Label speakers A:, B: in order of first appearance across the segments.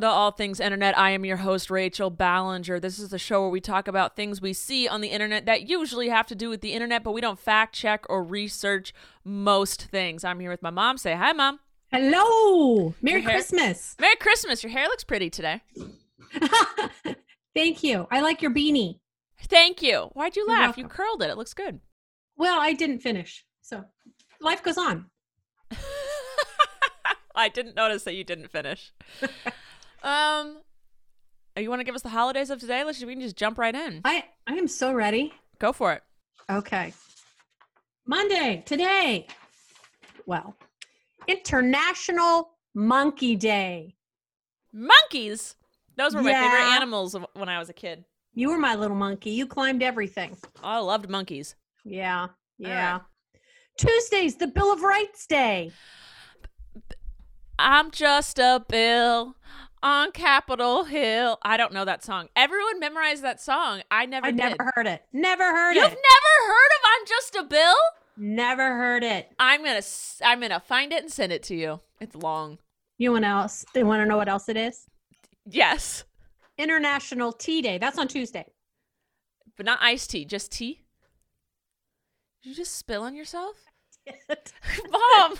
A: to All Things Internet. I am your host, Rachel Ballinger. This is the show where we talk about things we see on the internet that usually have to do with the internet, but we don't fact check or research most things. I'm here with my mom. Say hi, mom.
B: Hello. Merry
A: Your hair-
B: Christmas.
A: Merry Christmas. Your hair looks pretty today.
B: Thank you. I like your beanie.
A: Thank you. Why'd you
B: You're
A: laugh? You
B: welcome.
A: curled it. It looks good.
B: Well, I didn't finish. So life goes on.
A: I didn't notice that you didn't finish. um, you want to give us the holidays of today? Let's we can just jump right in.
B: I I am so ready.
A: Go for it.
B: Okay. Monday, today. Well, International Monkey Day.
A: Monkeys. Those were my favorite
B: Yeah.
A: animals of- when I was a kid.
B: You were my little monkey. You climbed everything.
A: I loved monkeys.
B: Yeah.
A: right.
B: Yeah. Tuesday's the Bill of Rights Day.
A: I'm just a bill on Capitol Hill. I don't know that song. Everyone memorized that song. I never
B: I
A: did.
B: never heard it. Never heard
A: You've
B: it.
A: never heard of I'm just a bill?
B: never heard it.
A: I'm going to I'm going to find it and send it to you. It's long.
B: You want else? They want to know what else it is?
A: Yes.
B: International Tea Day. That's on Tuesday.
A: But not iced tea, just tea. Did you just spill on yourself? Mom,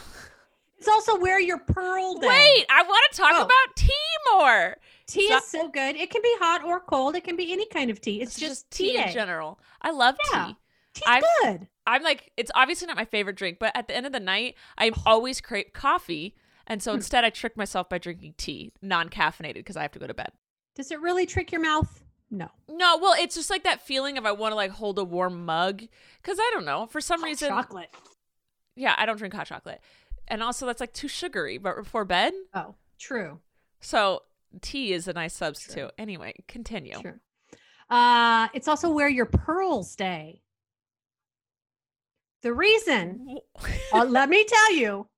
B: it's also Wear Your Pearl Day.
A: wait. I want to talk
B: Oh.
A: about tea more.
B: tea
A: so-
B: is so good. It can be hot or cold. It can be any kind of tea. It's, just, tea.
A: in
B: day.
A: general. I love
B: Yeah.
A: tea.
B: Tea's
A: I've-
B: good.
A: I'm like, it's obviously not my favorite drink, but at the end of the night, I
B: Oh.
A: always crave coffee. And
B: Hmm.
A: so instead, I trick myself by drinking tea, non caffeinated, because I have to go to bed.
B: Does it really trick your mouth? No.
A: No, well, it's just like that feeling of I want to like hold a warm mug. Because I don't know. For some
B: Hot
A: reason,
B: chocolate.
A: yeah, I don't drink hot chocolate. And also, that's like too sugary but before bed.
B: Oh, true.
A: So tea is a nice substitute. Anyway, continue.
B: True. Uh, it's also Wear Your Pearls Day. The reason Uh, let me tell you,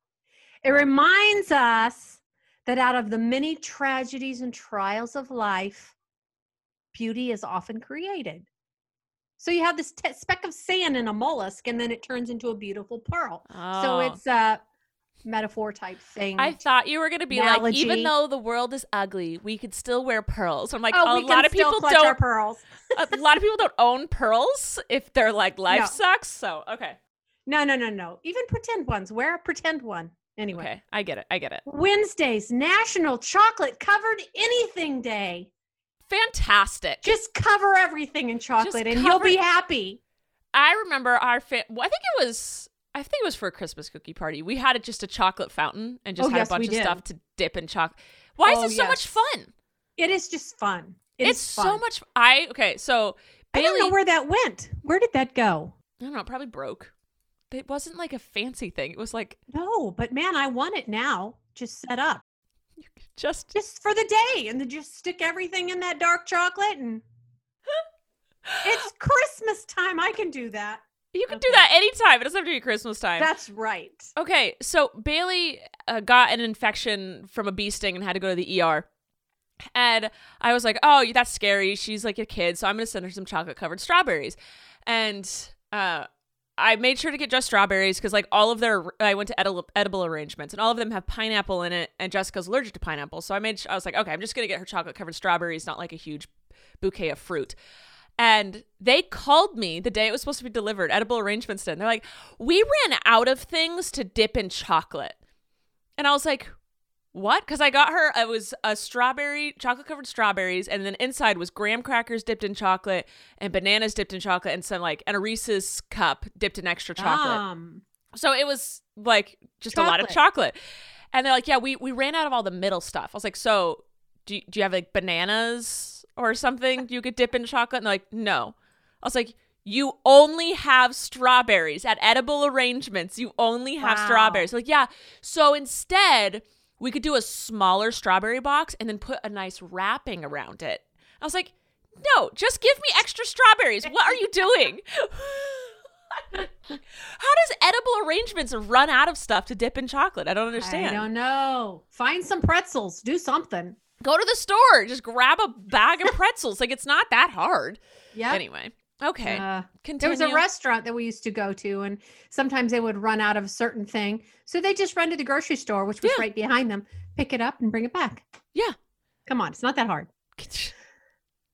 B: it reminds us that out of the many tragedies and trials of life, beauty is often created. So you have this t- speck of sand in a mollusk, and then it turns into a beautiful pearl. So
A: Oh.
B: it's a metaphor type thing.
A: I thought you were gonna be like, even
B: Analogy.
A: though the world is ugly, we could still wear pearls. I'm like,
B: oh,
A: a
B: we
A: lot
B: can
A: of
B: still
A: people
B: clutch our
A: don't.
B: pearls.
A: a lot of people don't own pearls if their like life
B: No.
A: sucks. So okay,
B: No, no, no, no. Even pretend ones. Wear a pretend one. Anyway,
A: okay, I get it. I get it.
B: Wednesday's National Chocolate Covered Anything Day.
A: Fantastic.
B: just cover everything in chocolate and
A: cover
B: you'll be
A: it.
B: happy.
A: I remember our fa- well, I think it was. I think it was for a Christmas cookie party. We had it just a chocolate fountain and just
B: Oh,
A: had
B: yes,
A: a bunch
B: we
A: of
B: did.
A: stuff to dip in chocolate. Why
B: Oh,
A: is it so much
B: yes.
A: fun?
B: It is just fun. It
A: it's
B: is fun.
A: so much. I okay. So
B: I
A: Bailey,
B: don't know where that went. Where did that go?
A: I don't know. It probably broke. It wasn't like a fancy thing. It was like
B: No, but man, I want it now. Just set up.
A: just
B: Just for the day. And then just stick everything in that dark chocolate and it's Christmas time. I can do that.
A: you can do
B: Okay.
A: that anytime. It doesn't have to be Christmas time.
B: That's right.
A: Okay, so Bailey uh, got an infection from a bee sting and had to go to the ER. And I was like, "Oh, that's scary. She's like a kid, so I'm gonna send her some chocolate covered strawberries." And uh, I made sure to get just strawberries because like all of their, I went to edible, edible arrangements and all of them have pineapple in it. And Jessica's allergic to pineapple, so I made, I was like, "Okay, I'm just gonna get her chocolate covered strawberries, not like a huge bouquet of fruit." And they called me the day it was supposed to be delivered, Edible Arrangements Did. And they're like, we ran out of things to dip in chocolate. And I was like, what? Because I got her, it was a strawberry, chocolate covered strawberries. And then inside was graham crackers dipped in chocolate and bananas dipped in chocolate and some like, and a Reese's cup dipped in extra chocolate.
B: Um,
A: So it was like just a lot of chocolate. And they're like, yeah, we, we ran out of all the middle stuff. I was like, so do you, do you have like bananas or something you could dip in chocolate? And they're like, no. I was like, you only have strawberries at edible arrangements. You only have
B: Wow.
A: strawberries. Like, yeah. So instead, we could do a smaller strawberry box and then put a nice wrapping around it. I was like, no, just give me extra strawberries. What are you doing? How does edible arrangements run out of stuff to dip in chocolate? I don't understand.
B: I don't know. Find some pretzels. Do something.
A: Go to the store, just grab a bag of pretzels. like it's not that hard.
B: Yeah.
A: Anyway, okay.
B: Uh, there
A: Continue.
B: was a restaurant that we used to go to, and sometimes they would run out of a certain thing. So they just run to the grocery store, which was
A: Yeah.
B: right behind them, pick it up and bring it back.
A: Yeah.
B: Come on. It's not that hard.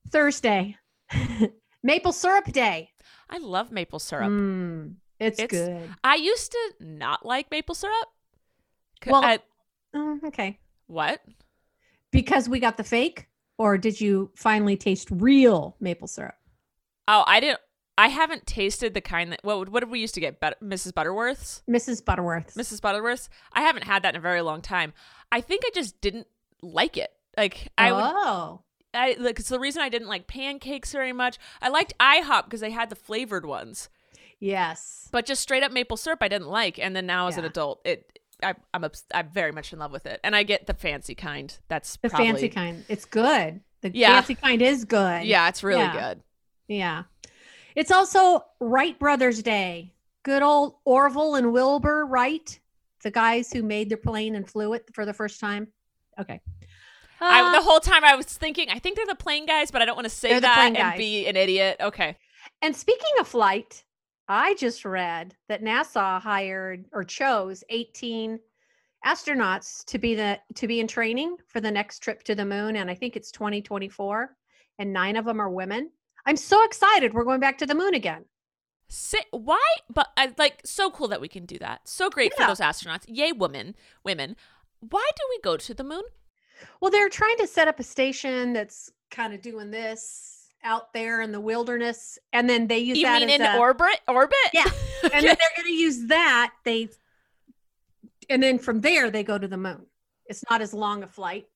B: Thursday, maple syrup day.
A: I love maple syrup.
B: Mm, it's,
A: It's-
B: good.
A: I used to not like maple syrup. 'Cause
B: Well-
A: I-
B: Mm, okay.
A: what?
B: Because we got the fake, or did you finally taste real maple syrup?
A: Oh, I didn't. I haven't tasted the kind that. What what did we used to get? But, Mrs. Butterworth's.
B: Mrs. Butterworth.
A: Mrs. Butterworth's. I haven't had that in a very long time. I think I just didn't like it. Like I would,
B: oh,
A: I like it's the reason I didn't like pancakes very much. I liked IHOP because they had the flavored ones,
B: yes.
A: but just straight up maple syrup I didn't like. And then now as an
B: Yeah.
A: adult, it I, I'm obs- I'm very much in love with it, and I get the fancy kind. That's
B: The
A: probably,
B: fancy kind. It's good. The
A: Yeah.
B: fancy kind is good.
A: Yeah, it's really
B: Yeah.
A: good.
B: Yeah. It's also Wright Brothers Day. Good old Orville and Wilbur Wright, the guys who made the plane and flew it for the first time. Okay.
A: I,
B: Uh,
A: the whole time I was thinking, I think they're the plane guys, but I don't want to say
B: They're the
A: that
B: plane
A: and
B: guys.
A: be an idiot. Okay.
B: And speaking of flight, I just read that NASA hired or chose 18 astronauts to be the to be in training for the next trip to the moon and I think it's 2024 and 9 of them are women. I'm so excited we're going back to the moon again.
A: Say, why? But I, like, so cool that we can do that. So great
B: Yeah.
A: for those astronauts. Yay, women, women. Why do we go to the moon?
B: Well, they're trying to set up a station that's kind of doing this out there in the wilderness and then they use
A: you
B: that
A: mean
B: as
A: in
B: a,
A: orbit? Orbit?
B: Yeah. and
A: Okay.
B: then they're going to use that they and then from there they go to the moon. It's not as long a flight,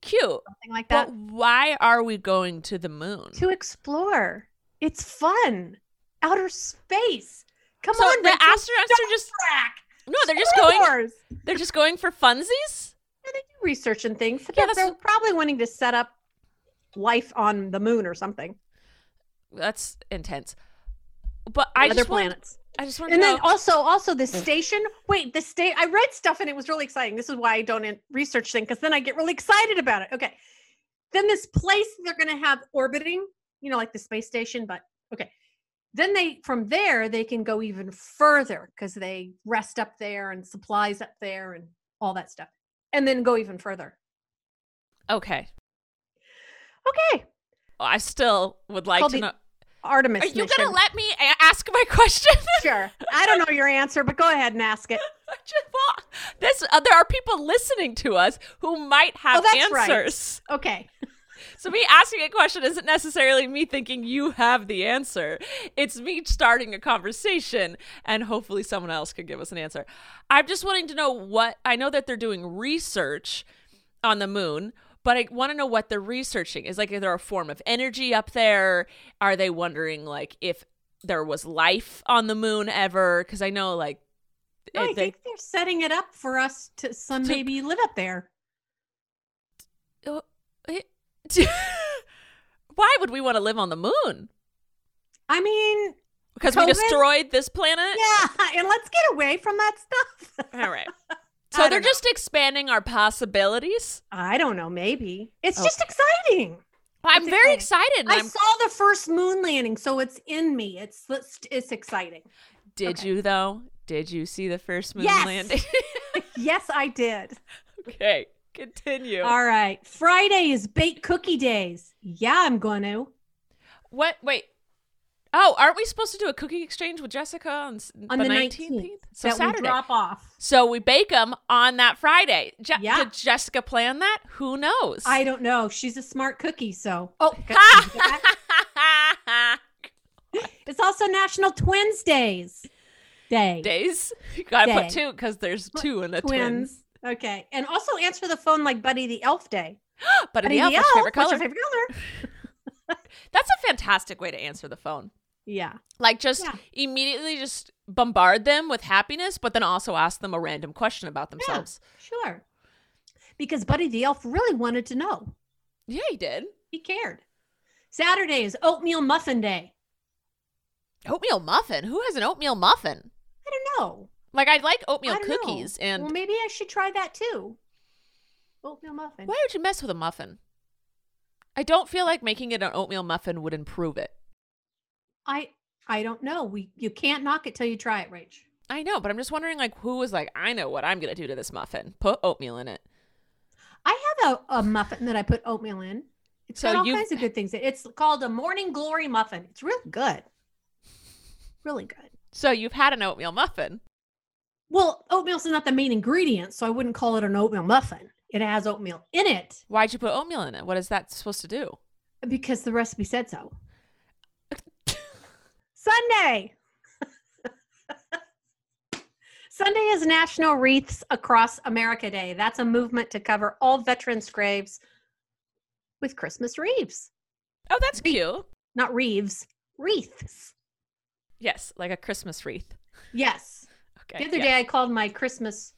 A: Cute.
B: something like that.
A: But why are we going to the moon?
B: to explore. It's fun. Outer space. Come
A: so
B: on,
A: the
B: Rachel,
A: astronauts are just
B: track.
A: no, they're just
B: Star
A: going.
B: Wars.
A: They're just going for funsies.
B: Yeah, they do research and things. But
A: Yeah,
B: they're-
A: that's-
B: they're probably wanting to set up life on the moon or something.
A: That's intense. But I
B: other
A: just want.
B: planets.
A: I just want to
B: And
A: know.
B: then also, also the
A: Mm.
B: station. Wait, the state. I read stuff and it was really exciting. This is why I don't in- research things because then I get really excited about it. Okay. Then this place they're going to have orbiting, you know, like the space station. But okay. Then they from there they can go even further because they rest up there and supplies up there and all that stuff, and then go even further.
A: okay.
B: Okay,
A: Well, I still would like
B: Called
A: to
B: the
A: know.
B: Artemis
A: Are you
B: mission.
A: gonna let me a- ask my question?
B: sure. I don't know your answer, but go ahead and ask it.
A: I just thought- this uh, there are people listening to us who might have
B: Oh, that's right.
A: answers.
B: Okay.
A: So me asking a question isn't necessarily me thinking you have the answer. It's me starting a conversation and hopefully someone else could give us an answer. I'm just wanting to know what I know that they're doing research on the moon, but I want to know what they're researching. Is like is there a form of energy up there? Are they wondering like if there was life on the moon ever? Because I know like
B: No, I
A: it- they-
B: think they're setting it up for us to some
A: To-
B: maybe live up there.
A: Uh, it- Why would we want to live on the moon?
B: I mean,
A: Because we
B: COVID?
A: destroyed this planet?
B: yeah, and let's get away from that stuff.
A: All right.
B: I
A: So
B: don't
A: they're
B: know.
A: just expanding our possibilities.
B: I don't know, maybe. It's
A: Okay.
B: just exciting.
A: I'm
B: That's
A: very
B: exciting.
A: excited. Oh. and
B: I
A: I'm-
B: saw the first moon landing, so it's in me. It's it's, it's exciting.
A: Did
B: okay.
A: you, though? Did you see the first moon
B: Yes.
A: landing?
B: Yes, I did.
A: okay, continue.
B: All right. Friday is baked cookie days. Yeah, I'm going to.
A: what? Wait. Oh, aren't we supposed to do a cookie exchange with Jessica on, s-
B: On the 19th,
A: So
B: that
A: Saturday.
B: we drop off.
A: so we bake them on that Friday. Je-
B: Yeah.
A: Did Jessica plan that? Who knows?
B: I don't know. She's a smart cookie, so. Oh, it's also National Twins Days. Day.
A: days. You gotta put
B: Day.
A: two because there's two in the twins.
B: twins. Okay. And also answer the phone like Buddy the Elf Day.
A: But
B: Buddy
A: the elf, what's your favorite
B: what's
A: color?
B: your favorite color?
A: That's a fantastic way to answer the phone.
B: Yeah.
A: Like just
B: Yeah.
A: immediately just bombard them with happiness, but then also ask them a random question about themselves.
B: Sure. because Buddy the Elf really wanted to know.
A: Yeah, he did.
B: He cared. Saturday is oatmeal muffin day.
A: Oatmeal muffin? Who has an oatmeal muffin?
B: I don't know.
A: Like, I like oatmeal
B: I don't know.
A: cookies, and
B: well, maybe I should try that too. Oatmeal muffin.
A: why would you mess with a muffin? I don't feel like making it an oatmeal muffin would improve it.
B: I I don't know. We you can't knock it till you try it, Rach.
A: I know, but I'm just wondering, like, who was like, I know what I'm gonna do to this muffin. Put oatmeal in it.
B: I have a, a muffin that I put oatmeal in. It's
A: So
B: got all
A: you-
B: kinds of good things. in it. It's called a morning glory muffin. It's real good. Really good.
A: So you've had an oatmeal muffin.
B: Well, oatmeal's not the main ingredient, so I wouldn't call it an oatmeal muffin. It has oatmeal in it
A: Why'd you put oatmeal in it? What is that supposed to do?
B: because the recipe said so. Sunday. Sunday is National Wreaths Across America Day. That's a movement to cover all veterans' graves with Christmas wreaths.
A: Oh, that's cute.
B: Not Reeves, wreaths.
A: Yes, like a Christmas wreath.
B: Yes.
A: Okay.
B: The other
A: yeah.
B: day I called my Christmas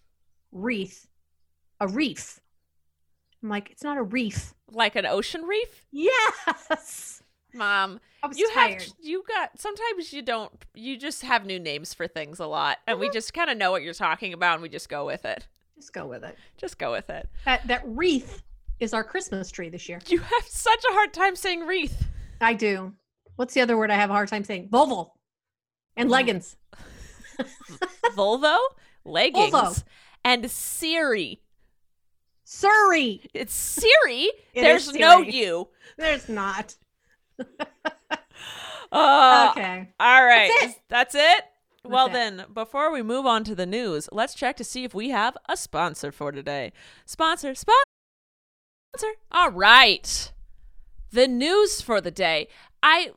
B: wreath a reef. I'm like, it's not a reef.
A: like an ocean reef,
B: Yes.
A: mom.
B: I was
A: you
B: tired.
A: have you got sometimes you don't you just have new names for things a lot and
B: Mm-hmm.
A: we just kind of know what you're talking about and we just go with it
B: Just go with it.
A: just go with it
B: That that wreath is our Christmas tree this year.
A: you have such a hard time saying wreath
B: I do. What's the other word I have a hard time saying? Volvo
A: Mm.
B: and leggings.
A: volvo leggings
B: Volvo.
A: and siri
B: Surrey.
A: it's siri
B: It
A: there's
B: is
A: no
B: Siri.
A: you
B: There's not.
A: Uh,
B: okay.
A: all right
B: That's it.
A: Is- that's it well
B: it.
A: then, before we move on to the news, let's check to see if we have a sponsor for today. Sponsor, sponsor. All right. The news for the day. I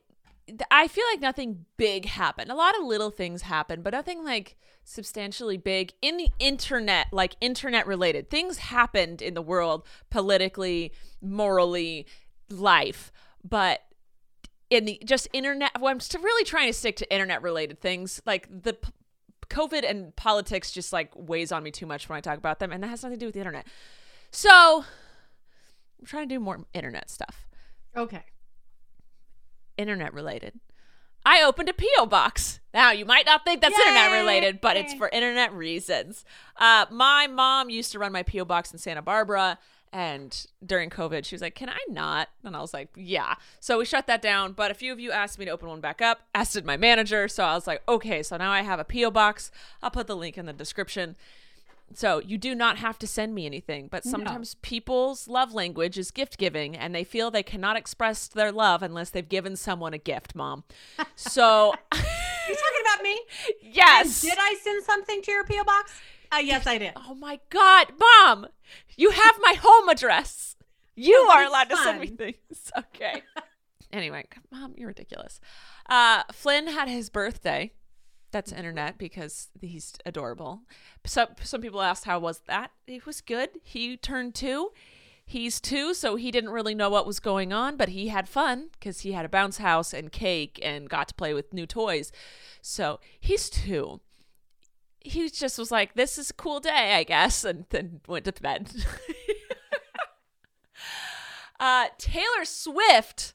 A: th- I feel like nothing big happened. A lot of little things happened, but nothing like substantially big in the internet, like internet related. Things happened in the world politically, morally, life, but in the just internet well, I'm still really trying to stick to internet related things. Like the p- COVID and politics just like weighs on me too much when I talk about them, and that has nothing to do with the internet. So I'm trying to do more internet stuff,
B: Okay.
A: internet related. I opened a P.O. box. Now, you might not think that's internet related, but it's
B: Yay.
A: for internet reasons. Uh, my mom used to run my P.O. box in Santa Barbara. And during COVID, she was like, Can I not? And I was like, Yeah. So we shut that down. But a few of you asked me to open one back up, as did my manager. So I was like, Okay, so now I have a P.O. box. I'll put the link in the description. So you do not have to send me anything, but sometimes people's love language is gift giving and they feel they cannot express their love unless they've given someone a gift, mom. So
B: You're talking about me?
A: yes.
B: Did I send something to your P.O. box? Uh, yes, I did.
A: oh my god, mom. You have my home address. You
B: Oh,
A: are
B: that's
A: allowed to send me
B: fun.
A: things. Okay. anyway, mom, you're ridiculous. Uh Flynn had his birthday. That's internet because he's adorable. Some some people asked how was that? It was good. He turned two. He's two, so he didn't really know what was going on, but he had fun because he had a bounce house and cake and got to play with new toys. So he's two. He just was like, "This is a cool day, I guess," and then went to bed. uh, Taylor Swift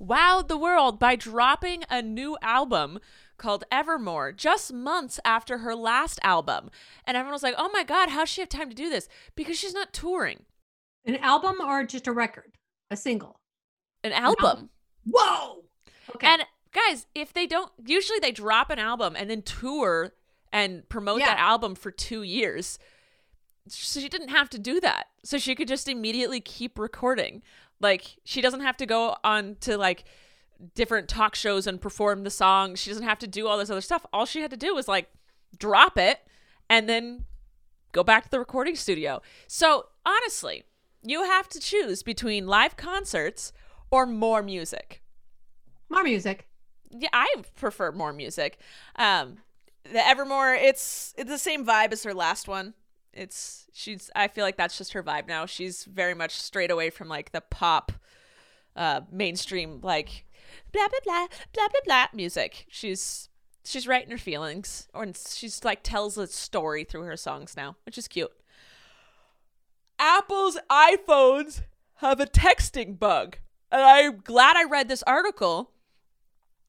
A: wowed the world by dropping a new album called Evermore just months after her last album. And everyone was like, oh my God, how does she have time to do this? Because she's not touring.
B: An album or just a record? A single.
A: An album.
B: Whoa. Okay.
A: And guys, if they don't, usually they drop an album and then tour and promote
B: Yeah.
A: that album for two years. So she didn't have to do that. So she could just immediately keep recording. Like she doesn't have to go on to like different talk shows and perform the song. She doesn't have to do all this other stuff. All she had to do was like drop it and then go back to the recording studio. So honestly, you have to choose between live concerts or more music
B: More music.
A: yeah, I prefer more music. Um, the Evermore, it's it's the same vibe as her last one. It's she's I feel like that's just her vibe now. She's very much straight away from like the pop, uh, mainstream like blah blah blah blah blah blah music. She's she's right in her feelings, or she's like tells a story through her songs now, which is cute. Out Apple's iPhones have a texting bug. And I'm glad I read this article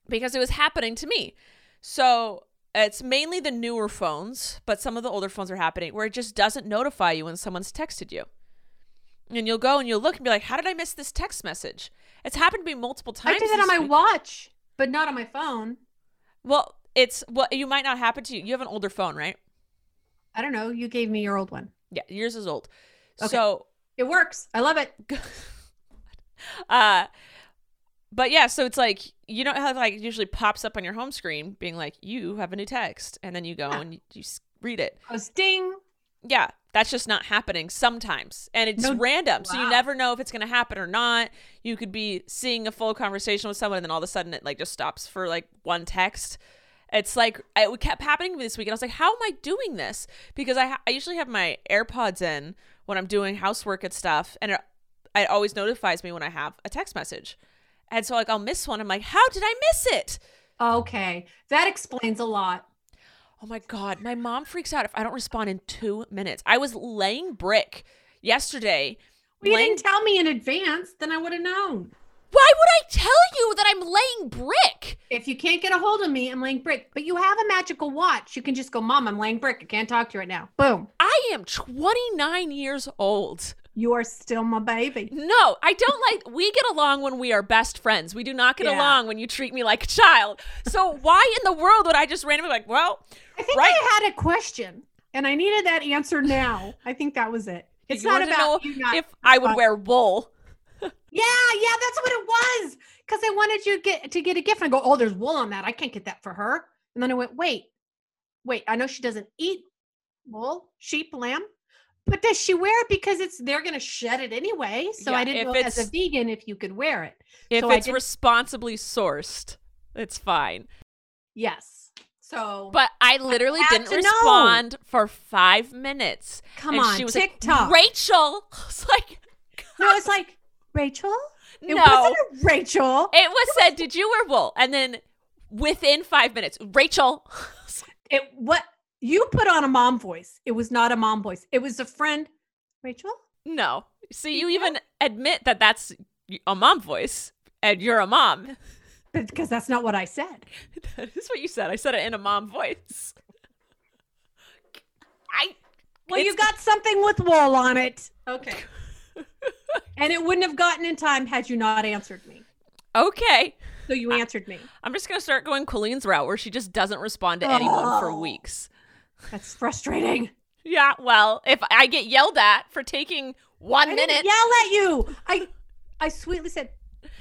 A: because it was happening to me. So it's mainly the newer phones, but some of the older phones are happening where it just doesn't notify you when someone's texted you. And you'll go and you'll look and be like, how did I miss this text message? It's happened to me multiple times.
B: I did that
A: this
B: on my
A: week.
B: watch, but not on my phone.
A: Well, it's well, you might not happen to you. You have an older phone, right?
B: I don't know. You gave me your old one.
A: Yeah, yours is old.
B: Okay.
A: So
B: It works. I love it.
A: uh but yeah so it's like you don't have like it usually pops up on your home screen being like you have a new text and then you go
B: Yeah.
A: and you, you s- read it
B: I was ding.
A: yeah that's just not happening sometimes and it's
B: No-
A: random so you
B: wow.
A: never know if it's going to happen or not you could be seeing a full conversation with someone and then all of a sudden it like just stops for like one text it's like it kept happening to me this week and i was like how am i doing this because i, ha- I usually have my airpods in when i'm doing housework and stuff and it, it always notifies me when i have a text message and so like i'll miss one i'm like how did i miss it
B: Okay. That explains a lot.
A: Oh my God. My mom freaks out if I don't respond in two minutes. I was laying brick yesterday.
B: Well, you
A: laying-
B: didn't tell me in advance, then I would have known.
A: Why would I tell you that I'm laying brick?
B: If you can't get a hold of me, I'm laying brick. But you have a magical watch. You can just go, Mom, I'm laying brick. I can't talk to you right now. Boom.
A: I am 29 years old.
B: You are still my baby.
A: No, I don't like. We get along when we are best friends. We do not get
B: Yeah.
A: along when you treat me like a child. So why in the world would I just randomly like, well,
B: I think
A: Right.
B: I had a question and I needed that answer now. I think that was it. It's
A: you
B: not
A: wanted to
B: about
A: know
B: you not.
A: if I would
B: respond.
A: wear wool?
B: yeah, yeah, that's what it was. Because I wanted you to get, to get a gift. And I go, oh, there's wool on that. I can't get that for her. And then I went, wait, wait, I know she doesn't eat wool, sheep, lamb, but does she wear it? Because it's they're going to shed it anyway. So
A: Yeah,
B: I didn't
A: if
B: know as a
A: it's-
B: vegan if you could wear it.
A: If
B: So I
A: it's
B: didn't-
A: responsibly sourced, it's fine.
B: Yes. So
A: But I literally
B: have
A: didn't
B: to know.
A: respond for five minutes.
B: come
A: And
B: on,
A: she was like,
B: TikTok.
A: Rachel. I was like,
B: no, it's like Rachel. It
A: no.
B: wasn't a Rachel.
A: It was said, did you wear wool? And then within five minutes, Rachel.
B: it what you put on a mom voice. It was not a mom voice. It was a friend, Rachel.
A: No. See, you even admit that that's a mom voice and you're a mom.
B: Because that's not what I said.
A: That is what you said. I said it in a mom voice. I.
B: Well, you
A: it's-
B: got something with wool on it. Okay. and it wouldn't have gotten in time had you not answered me.
A: Okay.
B: So
A: Ah.
B: you answered me.
A: I'm just going to start going Colleen's route where she just doesn't respond to anyone for
B: Oh.
A: weeks.
B: That's frustrating.
A: Yeah, well, if I get yelled at for taking one
B: I
A: minute.
B: didn't yell at you. I I sweetly said,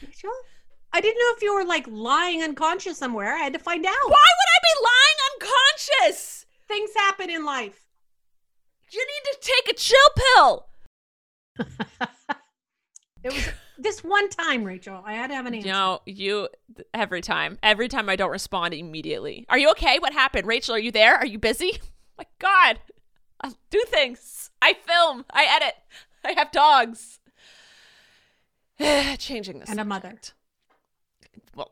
B: Rachel. I didn't know if you were like lying unconscious somewhere. I had to find out.
A: Why would I be lying unconscious?
B: Things happen in life.
A: You need to take a chill pill.
B: It was this one time, Rachel. I had to have an answer.
A: No, you every time. Every time I don't respond immediately. Are you okay? What happened? Rachel, are you there? Are you busy? Oh My god. I do things. I film. I edit. I have dogs. Changing this.
B: And a mother.
A: Well,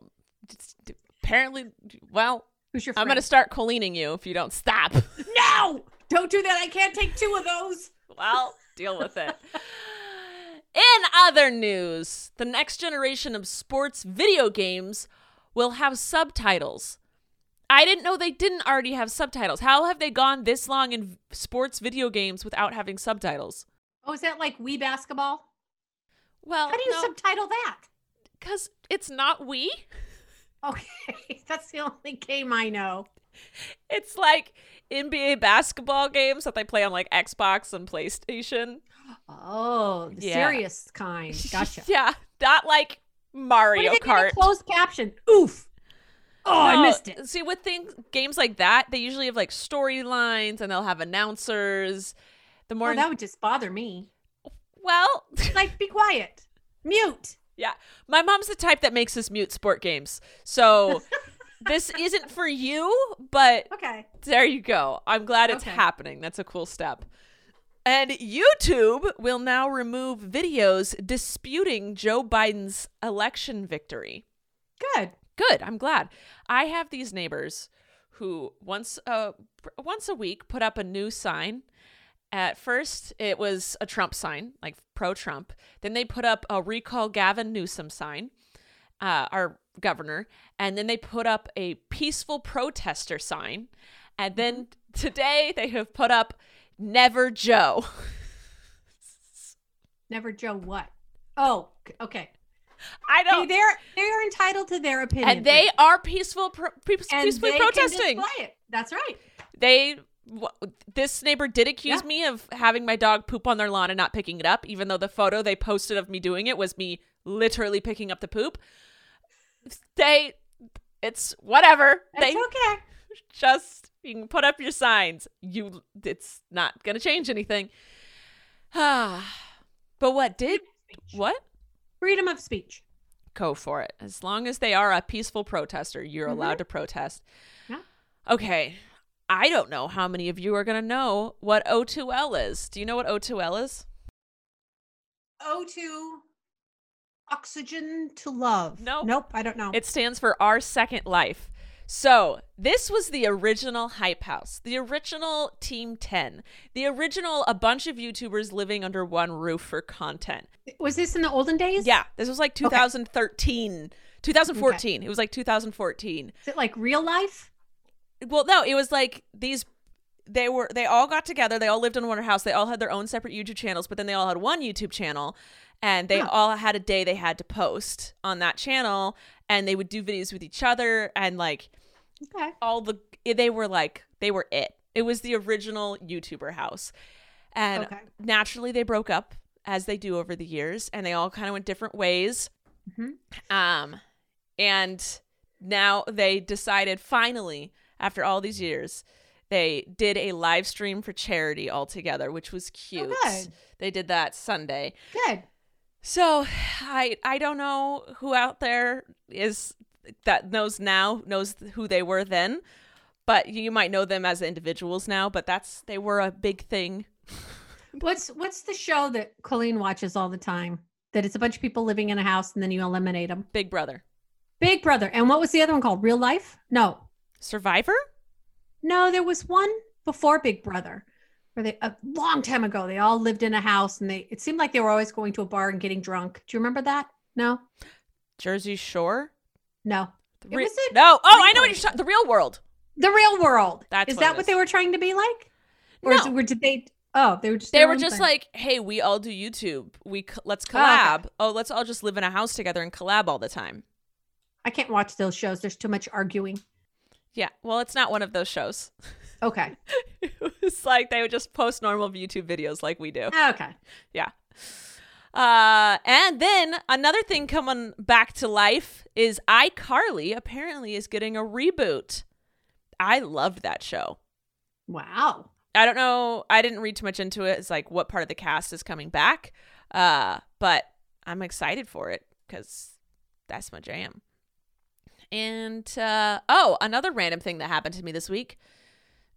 A: it's- apparently, well,
B: Who's your friend?
A: I'm going to start colleening you if you don't stop.
B: No! Don't do that. I can't take two of those.
A: Well, deal with it. In other news, the next generation of sports video games will have subtitles. I didn't know they didn't already have subtitles. How have they gone this long in sports video games without having subtitles?
B: Oh, is that like Wii basketball?
A: Well,
B: How do you subtitle that?
A: because it's not we.
B: Okay, that's the only game I know.
A: It's like NBA basketball games that they play on like Xbox and PlayStation.
B: Oh, the
A: Yeah.
B: serious kind. Gotcha.
A: yeah, not like
B: What
A: Mario
B: if they did a
A: Kart.
B: closed caption? Oof. Oh, I
A: No,
B: missed it.
A: See, with things games like that, they usually have like storylines and they'll have announcers. The more
B: Well, Oh, that would just bother me.
A: well,
B: Like, be quiet. Mute.
A: my mom's the type that makes us mute sport games. So this isn't for you, but
B: Okay.
A: there you go. I'm glad it's
B: Okay.
A: happening. That's a cool step. And YouTube will now remove videos disputing Joe Biden's election victory.
B: Good.
A: good i'm glad i have these neighbors who once uh once a week put up a new sign At first, it was a Trump sign, like pro Trump. Then they put up a recall Gavin Newsom sign, uh, our governor. And then they put up a peaceful protester sign. And then
B: Mm-hmm.
A: today they have put up Never Joe.
B: Never Joe what? Oh, c- okay.
A: I
B: Hey,
A: don't.
B: they're they're entitled to their opinion.
A: and they are peaceful, pro- peace-
B: And
A: peacefully
B: they can
A: protesting.
B: display it. That's right.
A: they w- this neighbor did accuse
B: Yeah.
A: me of having my dog poop on their lawn and not picking it up even though the photo they posted of me doing it was me literally picking up the poop they it's whatever
B: That's
A: they
B: okay.
A: just you can put up your signs you it's not gonna change anything but what did what
B: Freedom of speech.
A: go for it. As long as they are a peaceful protester, you're
B: Mhm.
A: allowed to protest.
B: Yeah.
A: Okay. I don't know how many of you are going to know what O2L is. Do you know what O2L is?
B: O2 oxygen to love.
A: Nope.
B: Nope, I don't know.
A: It stands for Our Second Life. So, this was the original Hype House, the original Team 10, the original a bunch of YouTubers living under one roof for content.
B: was this in the olden days?
A: Yeah, this was like 2013, 2014. It was like 2014.
B: Is it like real life?
A: well no it was like these they were they all got together they all lived in one house they all had their own separate youtube channels but then they all had one youtube channel and they
B: Huh.
A: all had a day they had to post on that channel and they would do videos with each other and like
B: Okay.
A: all the they were like they were it it was the original youtuber house and
B: Okay.
A: naturally they broke up as they do over the years and they all kind of went different ways
B: Mhm.
A: um and now they decided finally after all these years they did a live stream for charity all together which was cute
B: good.
A: they did that sunday
B: Good.
A: so i i don't know who out there is that knows now knows who they were then but you might know them as individuals now but that's they were a big thing
B: What's what's the show that Colleen watches all the time? That it's a bunch of people living in a house and then you eliminate them.
A: big brother
B: Big Brother. And what was the other one called? Real Life? No.
A: survivor
B: No, there was one before Big Brother where they a long time ago they all lived in a house and they it seemed like they were always going to a bar and getting drunk. Do you remember that? No.
A: Jersey Shore.
B: No.
A: The
B: It was a
A: no. Oh, I know what you're
B: real-
A: talking. The real world.
B: The real world.
A: That's
B: is
A: what
B: that
A: it
B: what
A: is.
B: they were trying to be like? Or, is-
A: No.
B: or did they Oh, they were just
A: They
B: their
A: were
B: own
A: just
B: thing.
A: like, "Hey, we all do YouTube. We co- let's
B: Oh, okay.
A: collab. Oh, let's all just live in a house together and collab all the time."
B: I can't watch those shows. There's too much arguing.
A: Yeah. Well, it's not one of those shows.
B: Okay.
A: it's like they would just post normal YouTube videos like we do.
B: Okay.
A: Yeah. Uh, and then another thing coming back to life is iCarly apparently is getting a reboot. I loved that show.
B: Wow.
A: I don't know. I didn't read too much into it. It's like what part of the cast is coming back, uh, but I'm excited for it because that's my jam. And uh, oh, another random thing that happened to me this week: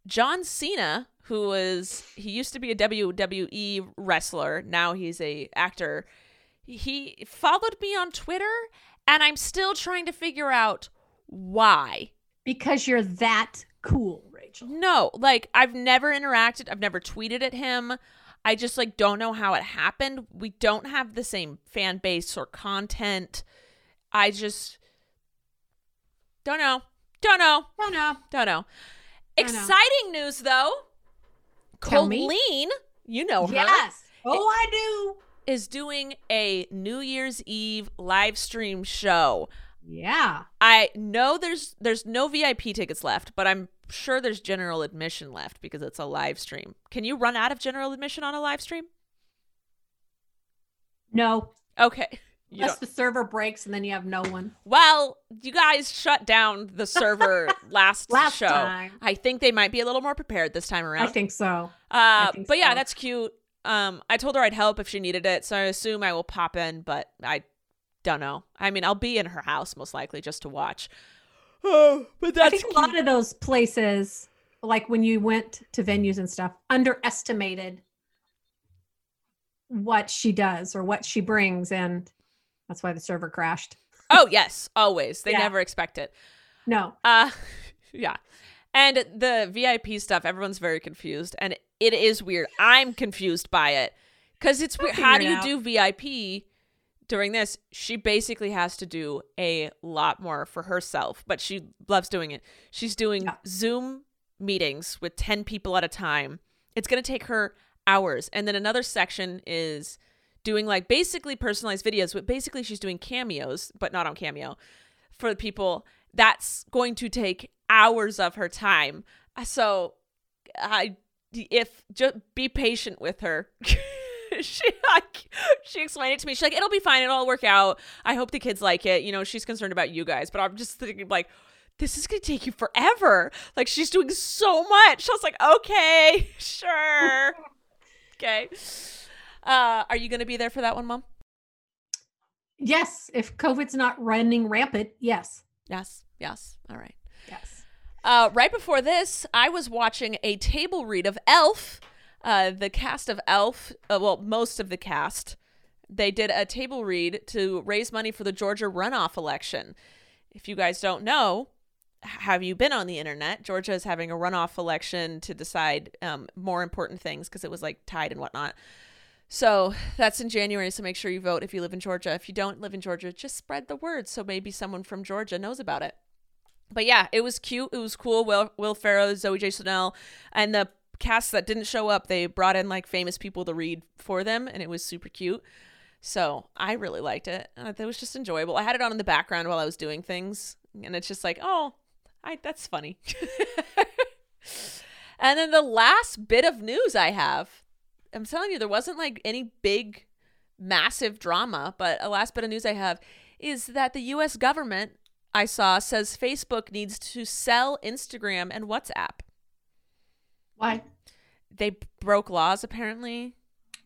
A: John Cena, who was he used to be a WWE wrestler, now he's a actor. He followed me on Twitter, and I'm still trying to figure out why.
B: Because you're that cool, Rachel.
A: No, like I've never interacted. I've never tweeted at him. I just like don't know how it happened. We don't have the same fan base or content. I just don't know. Don't know.
B: No, no.
A: Don't know.
B: I know.
A: Exciting news though.
B: Tell me.
A: Colleen, you know her,
B: Yes. Oh, I
A: is doing a New Year's Eve live stream show.
B: do. Yeah.
A: I know there's there's no VIP tickets left, but I'm sure there's general admission left because it's a live stream. Can you run out of general admission on a live stream?
B: No.
A: Okay. You
B: Unless
A: don't-
B: the server breaks and then you have no one.
A: well, you guys shut down the server last,
B: Last
A: show.
B: time.
A: I think they might be a little more prepared this time around.
B: I think so.
A: uh,
B: think
A: but yeah,
B: so.
A: that's cute. Um, I told her I'd help if she needed it, so I assume I will pop in, but I don't know. I mean, I'll be in her house most likely just to watch. Oh, but that's
B: I think
A: cute.
B: a lot of those places, like when you went to venues and stuff, underestimated what she does or what she brings. And that's why the server crashed.
A: Oh yes, always. They
B: Yeah.
A: never expect it.
B: No.
A: Uh yeah. And the VIP stuff, everyone's very confused, and it is weird. I'm confused by it because it's weird.
B: figure
A: How
B: it
A: do you
B: out.
A: do VIP during this? She basically has to do a lot more for herself, but she loves doing it. She's doing
B: Yeah.
A: Zoom meetings with ten people at a time. It's gonna take her hours, and then another section is doing like basically personalized videos, but basically she's doing cameos, but not on Cameo for the people. That's going to take hours of her time. Uh, So, I if just be patient with her. she like she explained it to me. She's like, "It'll be fine. It'll all work out. I hope the kids like it." You know, she's concerned about you guys, but I'm just thinking like. This is gonna take you forever. Like she's doing so much. I was like, okay, sure, okay. Uh, are you gonna be there for that one, Mom?
B: Yes, if COVID's not running rampant, yes,
A: Yes, yes. All right.
B: yes.
A: Uh, right before this, I was watching a table read of Elf. Uh, the cast of Elf, uh, well, most of the cast, they did a table read to raise money for the Georgia runoff election. If you guys don't know, h- have you been on the internet? Georgia is having a runoff election to decide um, more important things because it was like tied and whatnot. So that's in January. So make sure you vote if you live in Georgia. If you don't live in Georgia, just spread the word so maybe someone from Georgia knows about it but yeah, it was cute. It was cool. Will Will Ferrell, Zoe J. Chanel, and the cast that didn't show up, they brought in like famous people to read for them, and it was super cute. So I really liked it. And It was just enjoyable. I had it on in the background while I was doing things, and it's just like, oh, I that's funny. and then the last bit of news I have, I'm telling you, there wasn't like any big, massive drama, but a last bit of news I have is that the U.S. government I saw says Facebook needs to sell Instagram and WhatsApp.
B: Why?
A: They broke laws apparently.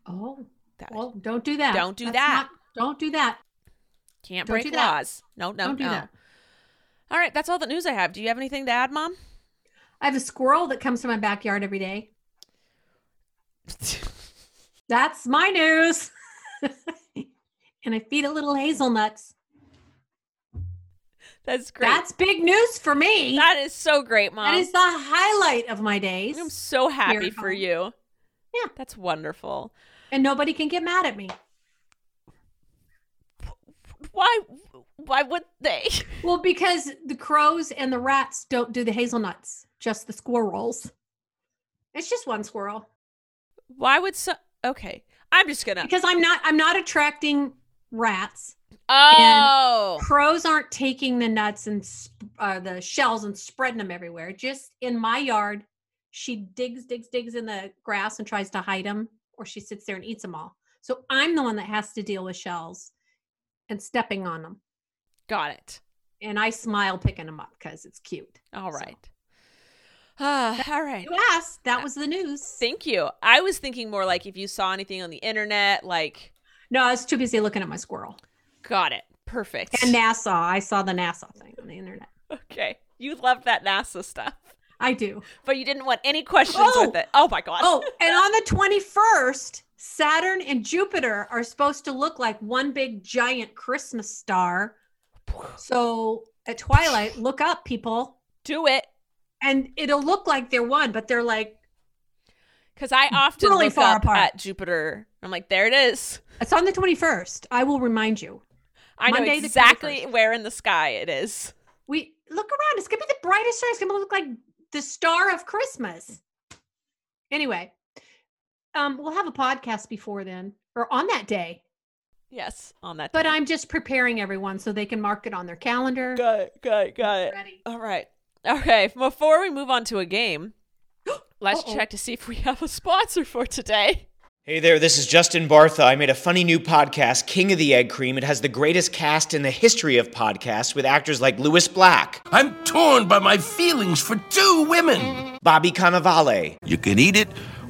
B: Oh,
A: That
B: well, don't do that.
A: Don't do that.
B: not- don't do that.
A: can't
B: don't
A: break
B: do that.
A: laws. No, no,
B: don't do
A: no.
B: that.
A: All right, that's all the news I have. Do you have anything to add, Mom?
B: I have a squirrel that comes to my backyard every day. That's my news. and I feed it little hazelnuts.
A: that's great. That's-
B: That's big news for me.
A: so great, Mom.
B: that is the highlight of my days.
A: I'm so happy
B: Miracle.
A: for you.
B: Yeah.
A: That's wonderful.
B: and nobody can get mad at me.
A: Why why would they?
B: Well, because the crows and the rats don't do the hazelnuts, just the squirrels. It's just one squirrel.
A: Why would so Okay. I'm just going to
B: Because I'm not I'm not attracting rats.
A: Oh.
B: Crows aren't taking the nuts and sp- uh, the shells and spreading them everywhere. Just in my yard, she digs digs digs in the grass and tries to hide them or she sits there and eats them all. So I'm the one that has to deal with shells and stepping on them.
A: Got it.
B: And I smile picking them up cuz it's cute.
A: All
B: So-
A: right. Ah, all right.
B: You asked, that was the news.
A: Thank you. I was thinking more like if you saw anything on the internet, like
B: No, I was too busy looking at my squirrel.
A: got it. Perfect.
B: And NASA. I saw the NASA thing on the internet.
A: okay. You love that NASA stuff.
B: I do.
A: But you didn't want any questions
B: Oh!
A: with it. Oh my god.
B: Oh, and on the 21st, Saturn and Jupiter are supposed to look like one big giant Christmas star. Oh. So at twilight, look up, people,
A: Do it.
B: and it'll look like they're one, but they're like,
A: Because I often
B: Really
A: look
B: far
A: up
B: apart.
A: at Jupiter. I'm like, there it is.
B: it's on the 21st. I will remind you.
A: I know
B: Monday the
A: exactly
B: 21st.
A: where in the sky it is.
B: We look around. It's going to be the brightest star. It's going to look like the star of Christmas. Anyway, um, we'll have a podcast before then or on that day.
A: Yes, on that.
B: But
A: day.
B: I'm just preparing everyone so they can mark it on their calendar.
A: got it. Got it. Got it.
B: Ready.
A: All right. Okay. Before we move on to a game, let's
B: Uh-oh.
A: check to see if we have a sponsor for today.
C: Hey there, this is Justin Bartha. I made a funny new podcast, King of the Egg Cream. It has the greatest cast in the history of podcasts with actors like Louis Black,
D: I'm torn by my feelings for two women.
C: Bobby Cannavale,
E: You can eat it,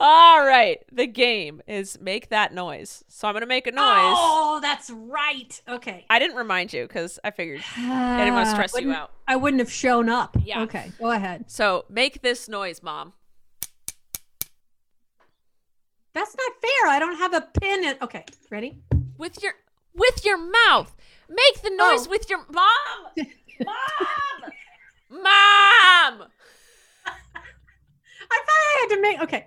A: All right, the game is make that noise. So I'm gonna make a noise.
B: Oh, that's right. Okay.
A: I didn't remind you because I figured I didn't want to
B: Ah,
A: stress you
B: wouldn't-
A: out.
B: I wouldn't have shown up.
A: Yeah.
B: Okay, go ahead.
A: So make this noise, mom.
B: That's not fair. I don't have a pin. In- okay, ready?
A: with your with your mouth. Make the noise
B: Oh.
A: with your mom. Mom. mom.
B: I thought I had to make. Okay.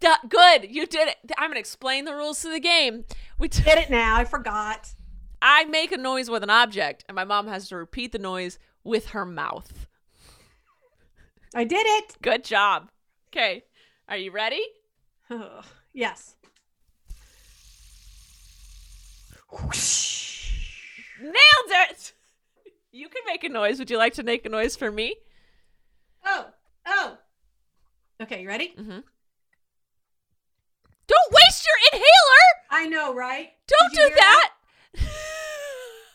A: Duh, good, you did it. I'm gonna explain the rules to the game. We t-
B: Get it now. I forgot.
A: I make a noise with an object, and my mom has to repeat the noise with her mouth.
B: I did it.
A: Good job. Okay, are you ready?
B: Ugh, yes.
A: Nailed it. You can make a noise. Would you like to make a noise for me?
B: Oh, oh. Okay, you ready?
A: Don't waste your inhaler.
B: I know, right?
A: Don't
B: Did
A: do
B: you hear
A: that.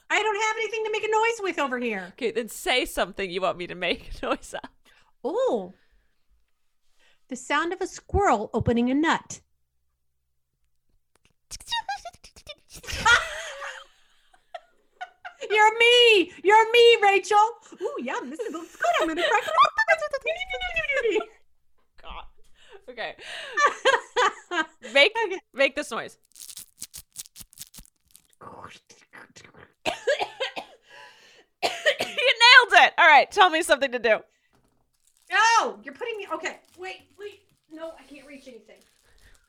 B: I don't have anything to make a noise with over here.
A: Okay, then say something you want me to make a noise of.
B: Oh. The sound of a squirrel opening a nut. You're me. You're me, Rachel. Ooh, yum. This is looks good. I'm gonna crack it.
A: God. Okay.
B: open.
A: Make make this noise. you nailed it. All right, tell me something to do.
B: no, you're putting me. Okay, wait, wait. No, I can't reach anything.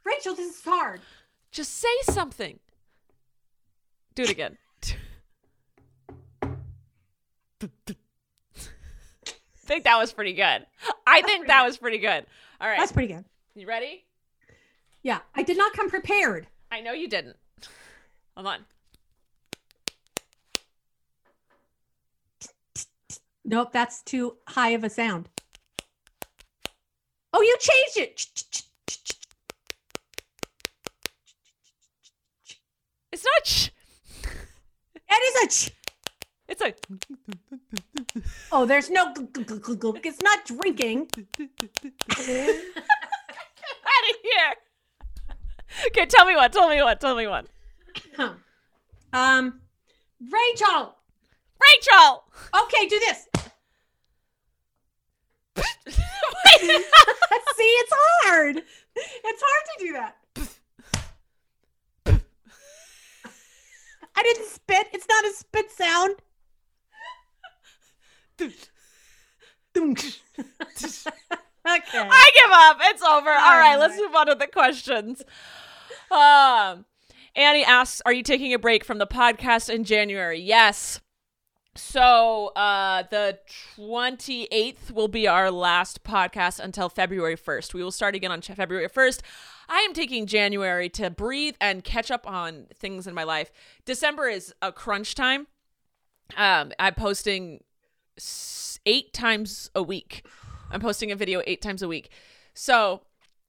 B: Rachel, this is hard.
A: Just say something. Do it again. think that was pretty good. I think that was pretty good. All right.
B: That's pretty good.
A: You ready?
B: Yeah, I did not come prepared.
A: I know you didn't. Hold on.
B: Nope, that's too high of a sound. Oh, you changed it.
A: It's not sh-
B: That is a. Ch-
A: it's a
B: oh, there's no. gl- gl- gl- gl- gl- It's not drinking.
A: out of here. Okay, tell me one. Tell me one. Tell me one.
B: um, Rachel.
A: Rachel.
B: Okay, do this.
A: Wait.
B: See, it's hard. It's hard to do that. I didn't spit. It's not a spit sound. okay.
A: I give up. It's over. All right,
B: All
A: let's move on to the questions. Um, Annie asks, "Are you taking a break from the podcast in January?" Yes. So uh, the twenty eighth will be our last podcast until February first. We will start again on Ch- February first. I am taking January to breathe and catch up on things in my life. December is a crunch time. Um, I'm posting s- eight times a week. I'm posting a video eight times a week. So,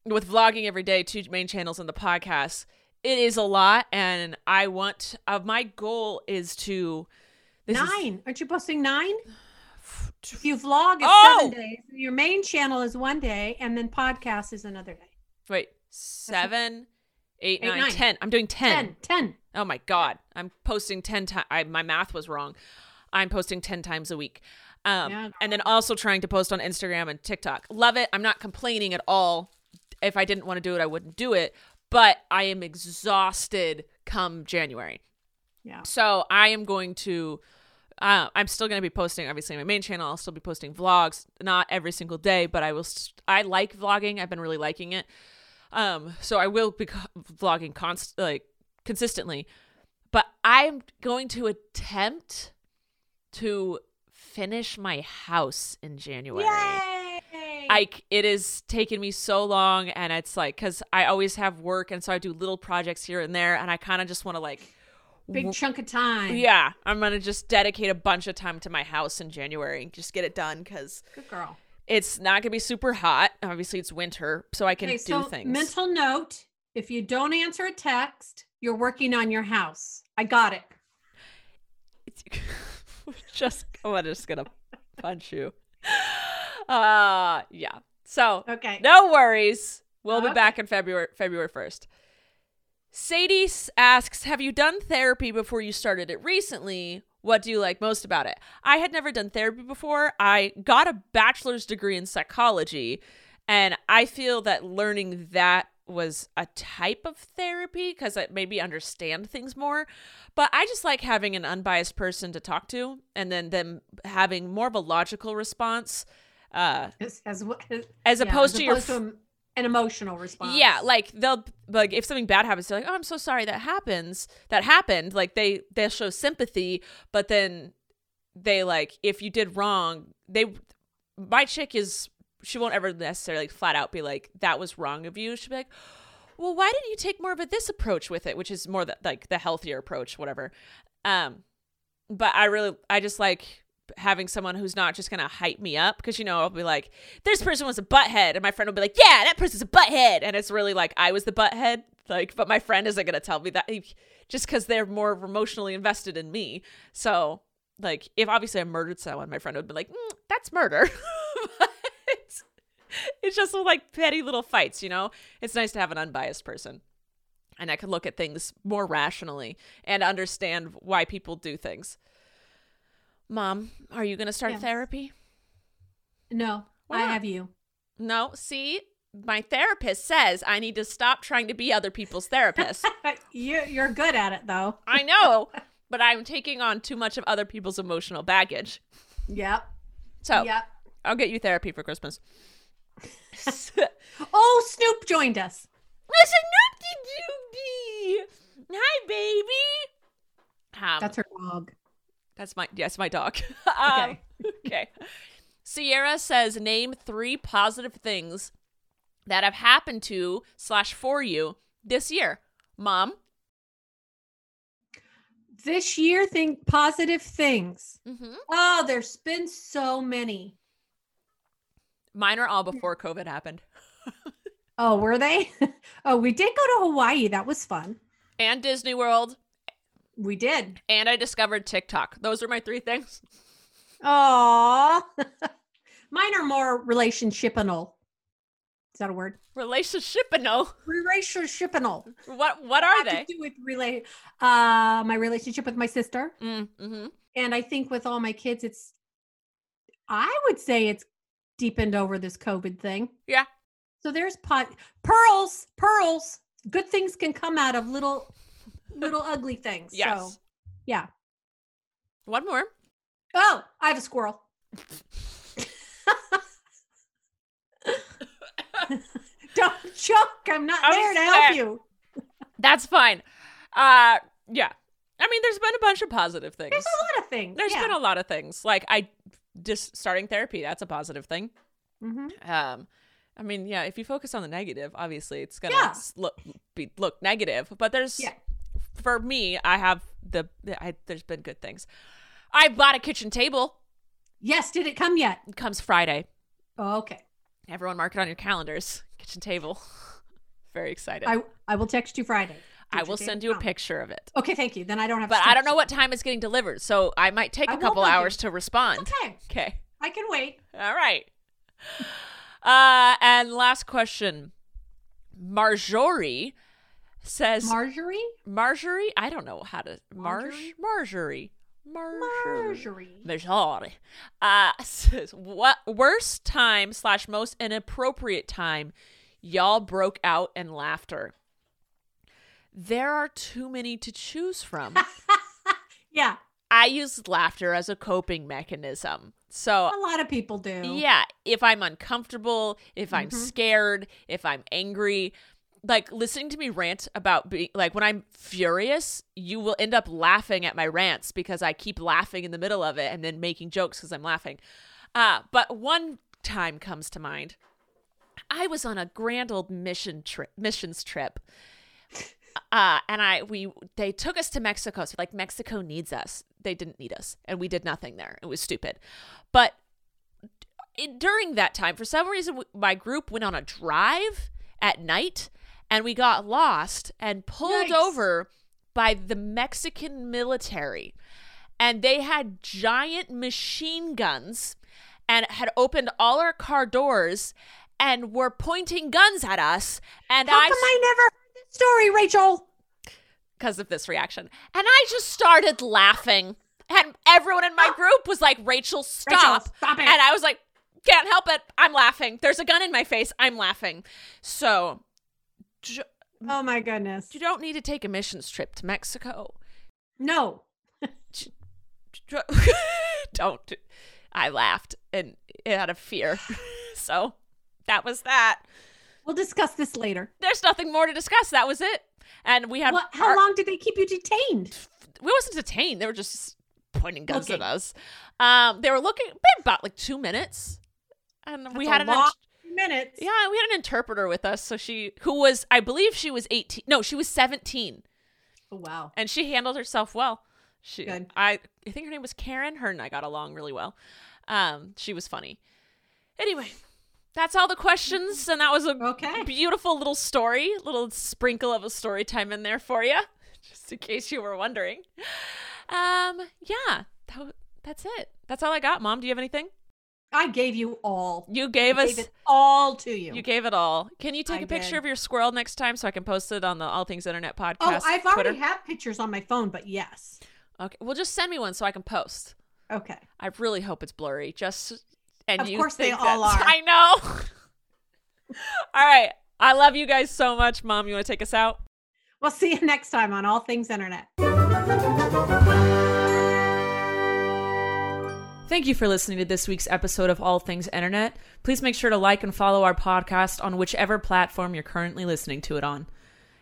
A: with vlogging every day, two main channels and the podcast, it is a lot. And I want, uh, my goal is to. This is-
B: nine. Aren't you posting nine? If you vlog, it's
A: Oh!
B: seven days. Your main channel is one day, and then podcast is another day.
A: wait, seven, eight,
B: Eight,
A: nine,
B: nine.
A: ten. I'm doing 10.
B: Ten. Ten.
A: Oh my God. I'm posting 10 times. My math was wrong. I'm posting 10 times a week. Um,
B: Yeah.
A: and then also trying to post on Instagram and TikTok. Love it. I'm not complaining at all. If I didn't want to do it, I wouldn't do it. But I am exhausted come January.
B: Yeah.
A: So I am going to. Uh, I'm still going to be posting, obviously, on my main channel. I'll still be posting vlogs, not every single day, but I will. St- I like vlogging. I've been really liking it. Um, so I will be co- vlogging const- like consistently, but I'm going to attempt to finish my house in January.
B: Yay!
A: I c- it is taking me so long, and it's like because I always have work, and so I do little projects here and there, and I kind of just want to like
B: Big chunk of time.
A: Yeah, I'm gonna just dedicate a bunch of time to my house in January and just get it done because
B: Good girl.
A: it's not gonna be super hot. Obviously, it's winter, so I can
B: okay,
A: do
B: so
A: things.
B: mental note if you don't answer a text, you're working on your house. I got it.
A: just I'm just gonna punch you. Uh yeah. So
B: Okay.
A: no worries. We'll be
B: Okay.
A: back in February February first. Sadie s- asks, "Have you done therapy before you started it recently? What do you like most about it?" I had never done therapy before. I got a bachelor's degree in psychology, and I feel that learning that was a type of therapy because it made me understand things more. But I just like having an unbiased person to talk to, and then them having more of a logical response. Uh,
B: As, as, w- as-
A: As
B: yeah,
A: opposed to your
B: opposed
A: f-
B: em- an emotional response.
A: yeah, like they'll like if something bad happens, they're like, "Oh, I'm so sorry that happens. That happened." Like they they'll show sympathy, but then they like if you did wrong, they my chick is she won't ever necessarily like, flat out be like that was wrong of you. She'll be like, "Well, why didn't you take more of a this approach with it, which is more the, like the healthier approach, whatever." Um, but I really I just like having someone who's not just gonna hype me up because you know I'll be like, this person was a butthead, and my friend will be like, yeah, that person's a butthead, and it's really like I was the butthead, like, but my friend isn't gonna tell me that like, just because they're more emotionally invested in me. So like, if obviously I murdered someone, my friend would be like, mm, that's murder. but it's just like petty little fights, you know. It's nice to have an unbiased person. And I can look at things more rationally and understand why people do things. Mom, are you going to start
B: Yes.
A: therapy?
B: No,
A: Why
B: I
A: not?
B: have you.
A: No, see, my therapist says I need to stop trying to be other people's therapist.
B: you you're good at it though.
A: I know, but I'm taking on too much of other people's emotional baggage.
B: Yep.
A: So
B: Yep.
A: I'll get you therapy for Christmas.
B: Oh, Snoop joined us.
A: Listen up, did you be? Hi, baby. Um,
B: That's her dog.
A: That's my yes, my dog. um,
B: Okay.
A: okay. Sierra says, name three positive things that have happened to slash for you this year. Mom.
B: This year, think positive things.
A: Mm-hmm.
B: Oh, there's been so many.
A: Mine are all before COVID happened.
B: Oh, were they? oh, we did go to Hawaii. That was fun.
A: And Disney World.
B: We did.
A: And I discovered TikTok. Those are my three things.
B: Oh, mine are more relationshipanal. Is that a word?
A: Relationship and no.
B: Relationshipanal.
A: What what are
B: Have
A: they?
B: To do with rela- uh, my relationship with my sister.
A: Mm-hmm.
B: and I think with all my kids, it's I would say it's deepened over this COVID thing.
A: Yeah.
B: So there's pot pearls, pearls. Good things can come out of little little ugly things.
A: Yes.
B: So yeah.
A: One more.
B: Oh, I have a squirrel. Don't choke. I'm not
A: I'm
B: there to
A: sick.
B: help you.
A: That's fine. Uh yeah. I mean, there's been a bunch of positive things.
B: There's a lot of things.
A: There's
B: yeah.
A: been a lot of things. Like I just starting therapy, that's a positive thing.
B: Mhm.
A: Um I mean, yeah, if you focus on the negative, obviously it's going to
B: Yeah.
A: look be look negative, but there's
B: Yeah.
A: for me, I have the I there's been good things. I bought a kitchen table.
B: Yes, did it come yet?
A: It comes Friday.
B: Oh, okay.
A: Everyone mark it on your calendars. Kitchen table. Very excited. I,
B: I I will text you Friday. Did your
A: will
B: day
A: send you a
B: come?
A: picture of it.
B: Okay, thank you. Then I don't have to
A: But I
B: text
A: don't know
B: you.
A: what time it's getting delivered, so I might take
B: I
A: a
B: will
A: couple
B: bug you.
A: hours to respond.
B: Okay,
A: Okay.
B: I can wait.
A: All right. Uh, and last question. Marjorie says
B: Marjorie?
A: Marjorie. I don't know how to Marj Marjorie Marjorie
B: Marjorie.
A: Marjorie. Uh, says what worst time slash most inappropriate time y'all broke out in laughter. There are too many to choose from.
B: Yeah,
A: I use laughter as a coping mechanism. So
B: a lot of people do.
A: Yeah, if I'm uncomfortable, if I'm scared, if I'm angry, like listening to me rant about being like when I'm furious, you will end up laughing at my rants because I keep laughing in the middle of it and then making jokes because I'm laughing. Uh, but one time comes to mind. I was on a grand old mission trip, missions trip uh, and I we they took us to Mexico. So like Mexico needs us. They didn't need us, and we did nothing there. It was stupid, but it, during that time, for some reason, w- my group went on a drive at night, and we got lost and pulled
B: Yikes.
A: over by the Mexican military, and they had giant machine guns and had opened all our car doors and were pointing guns at us and
B: How
A: i
B: come I never heard this story, Rachel?
A: because of this reaction. And I just started laughing. And everyone in my group was like, Rachel, stop.
B: stop it.
A: And I was like, can't help it. I'm laughing. There's a gun in my face. I'm laughing. So j-
B: Oh my goodness.
A: you don't need to take a missions trip to Mexico.
B: No.
A: J- don't. do- I laughed and out of fear. so that was that.
B: We'll discuss this later.
A: There's nothing more to discuss. That was it. And we had
B: What, how
A: our-
B: long did they keep you detained?
A: we wasn't detained. They were just pointing guns
B: Looking.
A: at us. Um, they were looking maybe about like two minutes, and we
B: That's
A: had
B: a
A: an
B: long minutes.
A: yeah, we had an interpreter with us. So she, who was I believe she was eighteen. No, she was seventeen,
B: Oh, wow.
A: and she handled herself well. She,
B: Good.
A: I, I think her name was Karen. Her and I got along really well. Um, she was funny. Anyway, that's all the questions, and that was a
B: Okay.
A: beautiful little story, little sprinkle of a story time in there for you, just in case you were wondering. Um, yeah, that, w- that's it. That's all I got, Mom. Do you have anything?
B: I gave you all.
A: You gave
B: I
A: us,
B: gave it all to you.
A: you gave it all. Can you take
B: I
A: a picture
B: did.
A: of your squirrel next time so I can post it on the All Things Internet podcast?
B: oh, I've already
A: Twitter?
B: had pictures on my phone, but yes.
A: Okay, well, just send me one so I can post.
B: Okay.
A: I really hope it's blurry. Just and
B: Of
A: you
B: course they
A: think
B: all
A: that's-
B: are.
A: I know. all right, I love you guys so much, Mom. You want to take us out?
B: We'll see you next time on All Things Internet.
A: Thank you for listening to this week's episode of All Things Internet. Please make sure to like and follow our podcast on whichever platform you're currently listening to it on.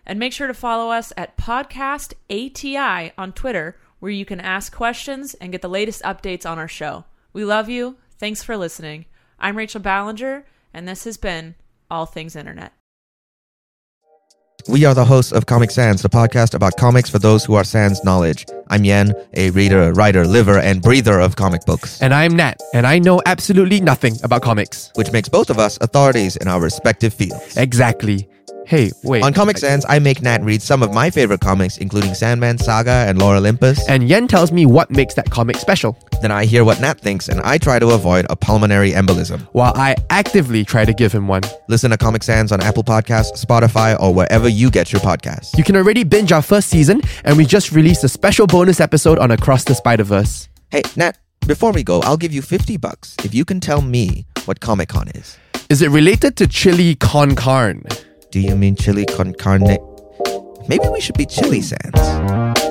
A: And make sure to follow us at Podcast ATI on Twitter, where you can ask questions and get the latest updates on our show. We love you. Thanks for listening. I'm Rachel Ballinger, and this has been All Things Internet.
F: We are the hosts of Comic Sans, the podcast about comics for those who are sans knowledge. I'm Yen, a reader, writer, liver, and breather of comic books,
G: And I'm Nat, and I know absolutely nothing about comics.
F: which makes both of us authorities in our respective fields.
G: Exactly. Hey, wait.
F: On Comic Sans, I make Nat read some of my favorite comics, including Sandman Saga and Lore Olympus.
G: And Yen tells me what makes that comic special,
F: Then I hear what Nat thinks, and I try to avoid a pulmonary embolism.
G: while I actively try to give him one.
F: Listen to Comic Sans on Apple Podcasts, Spotify, or wherever you get your podcasts.
G: You can already binge our first season, and we just released a special bonus episode on Across the Spider Verse.
F: Hey, Nat, before we go, I'll give you 50 bucks if you can tell me what Comic Con is.
G: Is it related to chili con carne?
F: Do you mean chili con carne? Maybe we should be chili sands.